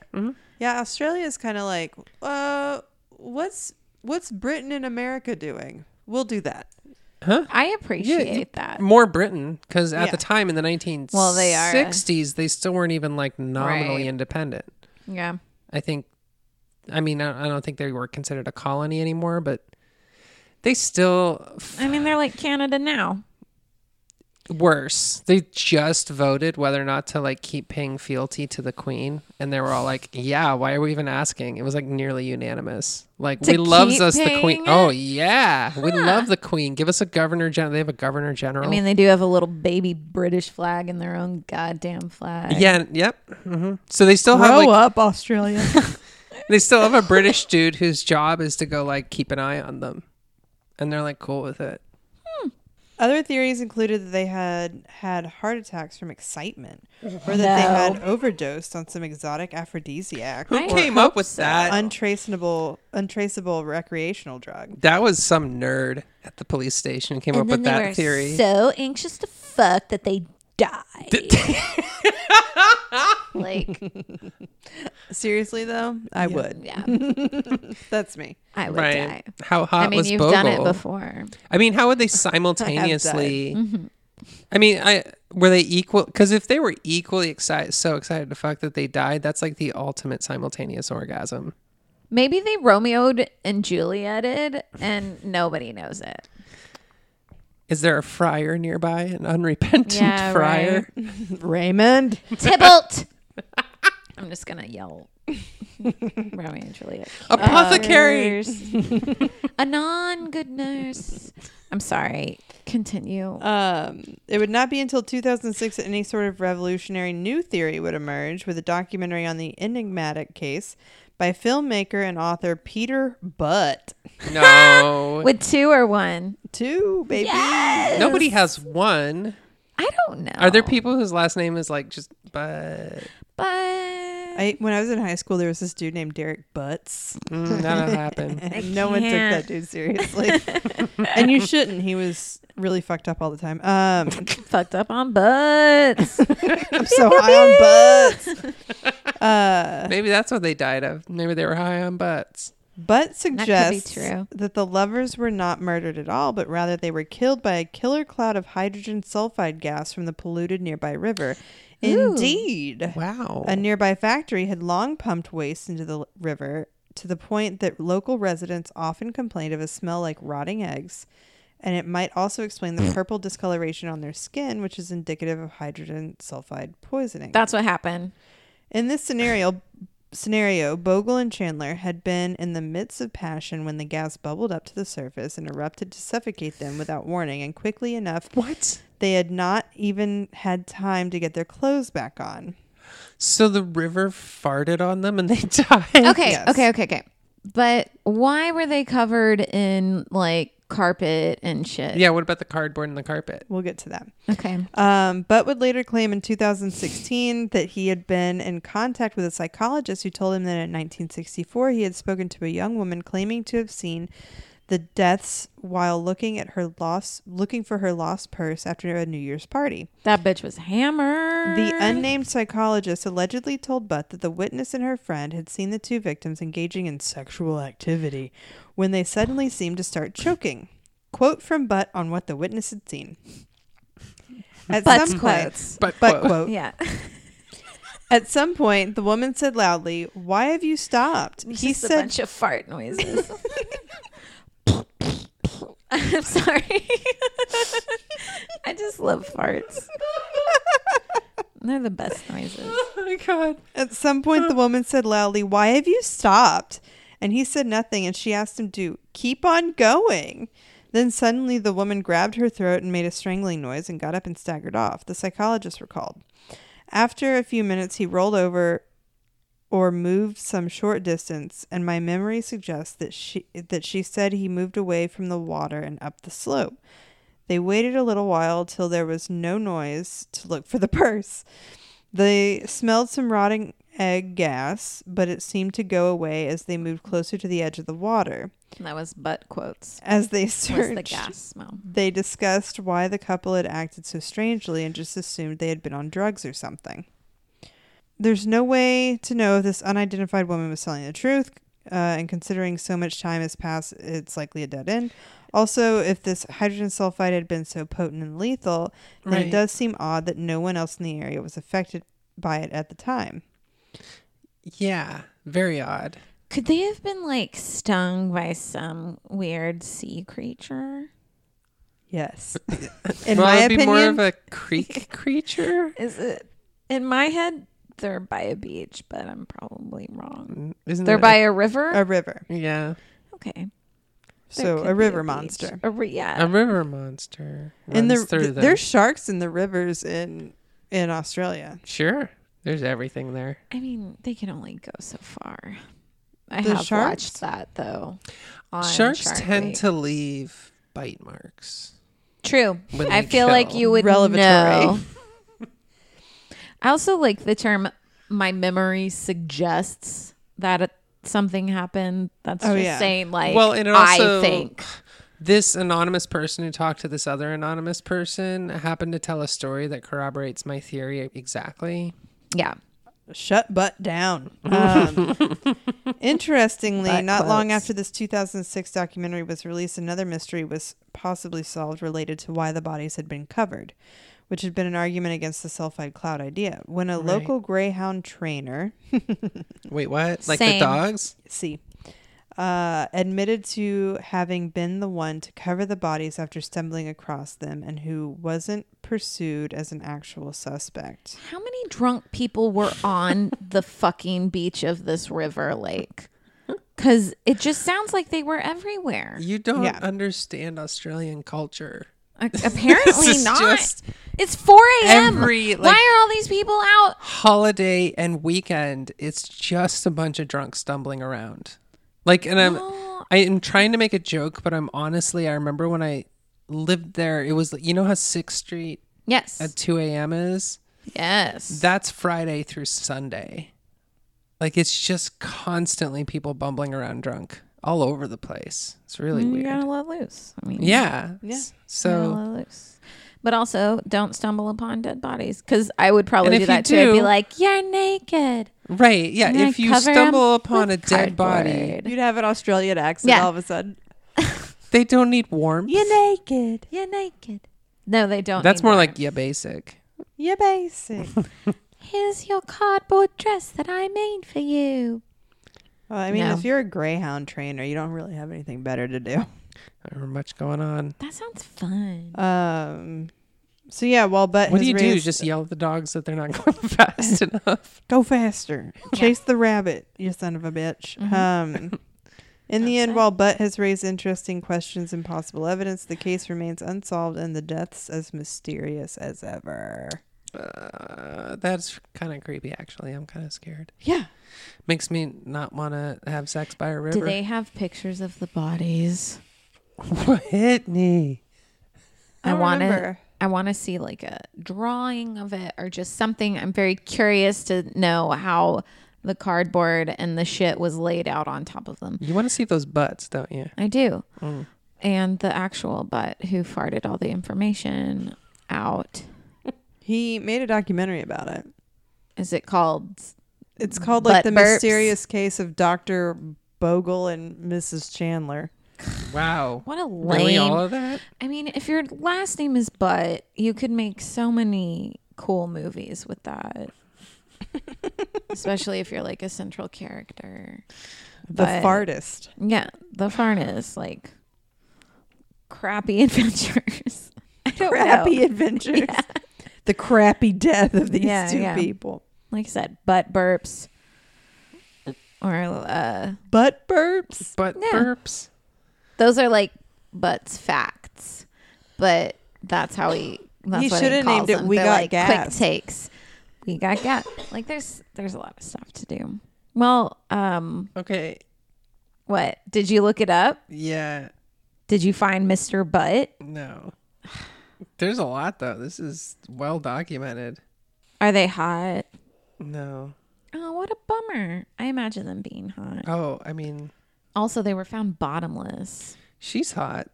Yeah, Australia is kind of like, uh, what's what's Britain and America doing? We'll do that. I appreciate that. More Britain, because at Yeah. the time in the 1960s, Uh, Well, they are. they still weren't even like nominally Right. independent. Yeah. I think, I mean, I I don't think they were considered a colony anymore, but they still, I mean, they're like Canada now. worse. They just voted whether or not to like keep paying fealty to the queen, and they were all like, "Yeah, why are we even asking?" It was like nearly unanimous. Like To we loves keep us the queen. paying it? Oh yeah, we love the queen. Give us a governor general. They have a governor general. Oh. I mean, they do have a little baby British flag in their own goddamn flag. yeah, and- yep. hmm So they still have Grow like up, Australia. they still have a British dude whose job is to go like keep an eye on them, and they're like cool with it. Other theories included that they had had heart attacks from excitement, or that they had overdosed on some exotic aphrodisiac, Who I came up hope with so. that? untraceable, untraceable recreational drug. that was some nerd at the police station who came up with that theory. so anxious to fuck that they died. like, Seriously, though, I would. yeah, That's me. I would die. Right. How hot I mean, was you've Bogle? done it before. I mean, how would they simultaneously? Mm-hmm. I mean, I were they equal? Because if they were equally excited, so excited to fuck that they died, that's like the ultimate simultaneous orgasm. Maybe they Romeoed and Julieted, and nobody knows it. Is there a friar nearby? An unrepentant Yeah, friar? Raymond. Tybalt. I'm just gonna yell. Romeo and Juliet. Apothecary. a non good nurse. I'm sorry. Continue. Uh, Um, it would not be until 2006 that any sort of revolutionary new theory would emerge with a documentary on the enigmatic case by filmmaker and author Peter Butt. Oh, no. With two or one? Two, baby. Nobody has one. I don't know. Are there people whose last name is like just but? But I, when I was in high school, there was this dude named Derek Butts. Mm, that'll happen. And no one took that can't. dude seriously. and you shouldn't. He was really fucked up all the time. Um, fucked up on butts. I'm so high on butts. Uh, Maybe that's what they died of. Maybe they were high on butts. Butt be suggests true. that the lovers were not murdered at all, but rather they were killed by a killer cloud of hydrogen sulfide gas from the polluted nearby river. Ooh. Indeed. Wow. A nearby factory had long pumped waste into the l- river to the point that local residents often complained of a smell like rotting eggs, and it might also explain the purple discoloration on their skin, which is indicative of hydrogen sulfide poisoning. That's what happened. In this scenario, scenario, Bogle and Chandler had been in the midst of passion when the gas bubbled up to the surface and erupted to suffocate them without warning, and quickly enough, what? they had not even had time to get their clothes back on. So the river farted on them and they died. Okay, Yes. okay, okay, okay. But why were they covered in like carpet and shit? Yeah, what about the cardboard and the carpet? We'll get to that. Okay. Um, but would later claim in 2016 that he had been in contact with a psychologist who told him that in 1964 he had spoken to a young woman claiming to have seen the deaths while looking at her lost, looking for her lost purse after a New Year's party. That bitch was hammered. The unnamed psychologist allegedly told Butt that the witness and her friend had seen the two victims engaging in sexual activity when they suddenly seemed to start choking. Quote from Butt on what the witness had seen. At Butt's some quotes. point, Butt Butt quote. quote. Yeah. At some point, the woman said loudly, "Why have you stopped?" He Just a said, bunch of fart noises. I'm sorry. I just love farts. They're the best noises. Oh my god. At some point, the woman said loudly, Why have you stopped? And he said nothing, and she asked him to keep on going. Then suddenly, the woman grabbed her throat and made a strangling noise and got up and staggered off. The psychologist recalled. After a few minutes, he rolled over or moved some short distance, and my memory suggests that she that she said he moved away from the water and up the slope. They waited a little while till there was no noise to look for the purse. They smelled some rotting egg gas, but it seemed to go away as they moved closer to the edge of the water. That was butt quotes. As they Was the searched, gas smell? they discussed why the couple had acted so strangely and just assumed they had been on drugs or something. There's no way to know if this unidentified woman was telling the truth, uh, and considering so much time has passed, it's likely a dead end. Also, if this hydrogen sulfide had been so potent and lethal, then it Right. does seem odd that no one else in the area was affected by it at the time. Yeah, very odd. Could they have been like stung by some weird sea creature? Yes. In well, my it'd be opinion, more of a creek creature. Is it in my head? They're by a beach, but I'm probably wrong. Mm, Isn't They're it by a river. a river. yeah okay, There So could a be river beach. monster. Um, A ri- yeah. a river monster And there, runs through th- them. there's sharks in the rivers in in Australia. sure there's everything there. I mean, they can only go so far. I The have sharks? watched that though. on Sharks Shark tend Week. to leave bite marks. True. when I they feel like kill. you would Relevatory. know. I also like the term "my memory suggests that it, something happened." That's Oh, just yeah. saying like, Well, and it I also- think This anonymous person who talked to this other anonymous person happened to tell a story that corroborates my theory exactly. yeah. shut butt down. Um, interestingly, Butt not long quotes. after this 2006 documentary was released, another mystery was possibly solved related to why the bodies had been covered, which had been an argument against the sulfide cloud idea. When a local greyhound trainer, Wait, what? Like Same. the dogs? see, uh, admitted to having been the one to cover the bodies after stumbling across them and who wasn't pursued as an actual suspect. How many drunk people were on the fucking beach of this river lake? Because it just sounds like they were everywhere. You don't Yeah. understand Australian culture. A- Apparently is not. just it's 4 a.m. every, Why like- are all these people out? Holiday and weekend, it's just a bunch of drunks stumbling around. Like, and I'm, I am trying to make a joke, but I'm honestly, I remember when I lived there, it was, you know how 6th Street Yes. at 2 a.m. is? yes. That's Friday through Sunday. Like it's just constantly people bumbling around drunk all over the place. It's really Mm, you weird. gotta let loose. I mean, Yeah. Yeah. gotta So let loose. But also, don't stumble upon dead bodies because I would And probably if do you that too. I'd be do- like, "You're naked." right, yeah. And If I'd you cover 'em stumble upon a with dead body, cardboard. You'd have an Australian accent Yeah. all of a sudden. they don't need warmth. You're naked. You're naked. No, they don't. That's need more that. like yeah, basic. You're basic. well, Here's your cardboard dress that I made for you. I mean, No. if you're a greyhound trainer, you don't really have anything better to do. Not much going on. That sounds fun. Um, so yeah, well, but What do has you do? raised- Just yell at the dogs that they're not going fast enough. go faster, chase the rabbit, you son of a bitch. Mm-hmm. Um, in the end, while Butt has raised interesting questions and possible evidence, the case remains unsolved and the deaths as mysterious as ever. Uh, that's kind of creepy. Actually, I'm kind of scared. Yeah, Makes me not want to have sex by a river. Do they have pictures of the bodies? Whitney. I don't want to. remember. I want to see like a drawing of it or just something. I'm very curious to know how the cardboard and the shit was laid out on top of them. You want to see those butts, don't you? I do. Mm. And the actual butt who farted all the information out. He made a documentary about it. Is it called? It's called Mm. Butt like the burps. mysterious case of Doctor Bogle and Mrs. Chandler. Wow. What a lame. Really, all of that? I mean, if your last name is Butt, you could make so many cool movies with that. Especially if you're like a central character. The But- fartist. Yeah, the farness, like crappy adventures. I don't Crappy know. adventures. The crappy death of these Yeah, two yeah. people. Like I said, butt burps. Or uh Butt burps. But Yeah. burps. those are like butts facts. But that's how he that's He what shoulda he calls named it them. We They're Got like quick Gassed. takes. We got gas. Like there's there's a lot of stuff to do. Well, um Okay. what? Did you look it up? Yeah. Did you find Mr. Butt? No. There's a lot though. This is well documented. Are they hot? No. Oh, what a bummer. I imagine them being hot. Oh, I mean, Also, they were found bottomless. she's hot.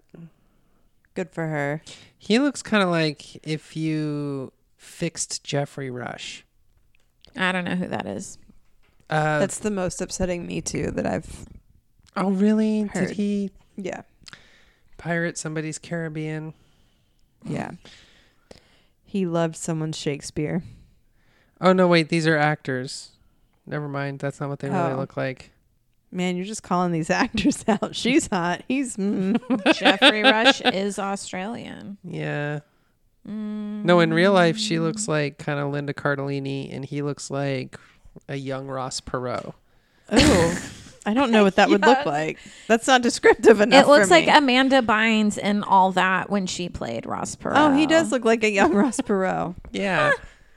Good for her. He looks kind of like if you fixed Jeffrey Rush. I don't know who that is. Uh, That's the most upsetting me too that I've oh, really? Heard. Did he yeah. pirate somebody's Caribbean? Yeah. He loved someone's Shakespeare. Oh no, wait. These are actors. Never mind. That's not what they really Oh. look like. Man, you're just calling these actors out. She's hot. He's mm. Jeffrey Rush is Australian. Yeah. Mm. No, in real life, she looks like kind of Linda Cardellini, and he looks like a young Ross Perot. oh. I don't know what that would look Yes. like. That's not descriptive enough. it looks for like me. Amanda Bynes and all that when she played Ross Perot. Oh, he does look like a young Ross Perot. Yeah.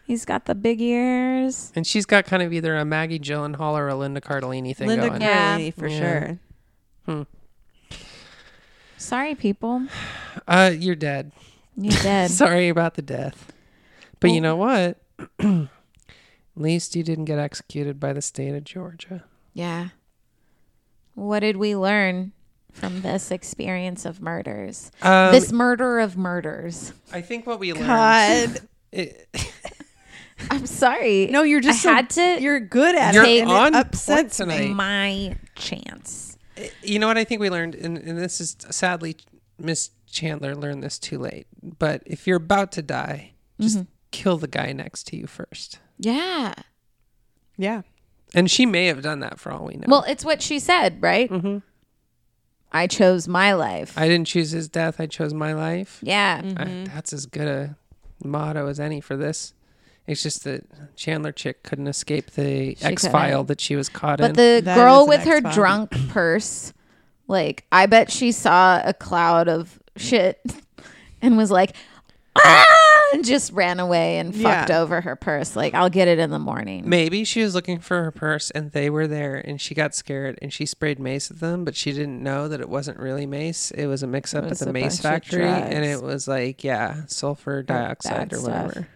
He's got the big ears. and she's got kind of either a Maggie Gyllenhaal or a Linda Cardellini thing Linda going. Car- Yeah. Cardellini for Yeah. sure. Sorry, people. uh, you're dead. You did. Sorry about the death. But you know what? At least you didn't get executed by the state of Georgia. yeah. What did we learn from this experience of murders? Um, this murder of murders. I think what we learned. God, It, I'm sorry. no, you're just I so- had to- You're good at You're it. and on it upsets point me. tonight. my chance. you know what I think we learned, and, and this is sadly Miss Chandler learned this too late. But if you're about to die, just Mm-hmm. kill the guy next to you first. Yeah. Yeah, And she may have done that for all we know. Well, it's what she said, right? I chose my life. I didn't choose his death. I chose my life. yeah. I, that's as good a motto as any for this. It's just that Chandler chick couldn't escape the X file that she was caught in. But the That is girl an with her Xbox. drunk purse, like, I bet she saw a cloud of shit and was like, ah, and just ran away and Yeah. fucked over her purse. Like, I'll get it in the morning. Maybe she was looking for her purse and they were there and she got scared and she sprayed mace at them, but she didn't know that it wasn't really mace. It was a mix up at was the a mace bunch of factory and drugs. it was like, yeah, sulfur dioxide bad or stuff. whatever. that's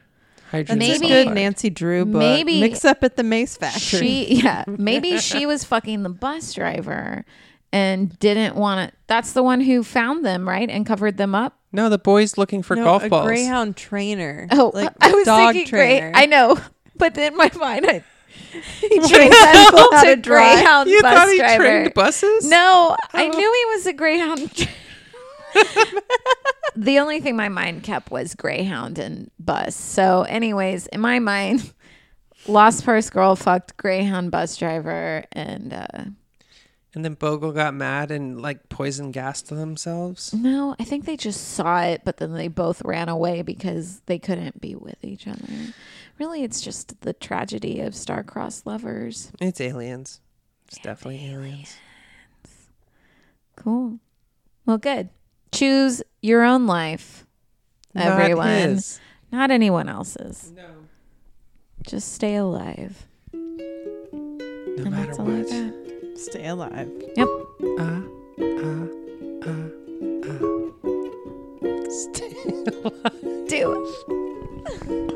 Hydrogen Maybe- a good sulfide. Nancy Drew book. Maybe- mix up at the Mace Factory. She, yeah, maybe she was fucking the bus driver and didn't want to. That's the one who found them, right? And covered them up. No, the boy's looking for no, golf a balls. greyhound trainer. Oh, like I was dog thinking trainer. great. I know, but in my mind, I, he trained people how to to drive. Greyhound You bus thought he driver. trained buses? No, I knew he was a Greyhound. dr- the only thing my mind kept was Greyhound and bus. So, anyways, in my mind, lost purse girl fucked Greyhound bus driver, and uh, And then Bogle got mad and like poison gassed themselves. no, I think they just saw it, but then they both ran away because they couldn't be with each other. Really, it's just the tragedy of star-crossed lovers. It's aliens. It's definitely aliens. Cool. Well, good. Choose your own life, Not everyone. Not, his. anyone else's. No. Just stay alive. No And matter that's all I what. got. Stay alive. Uh, uh, uh, uh. Stay Do it.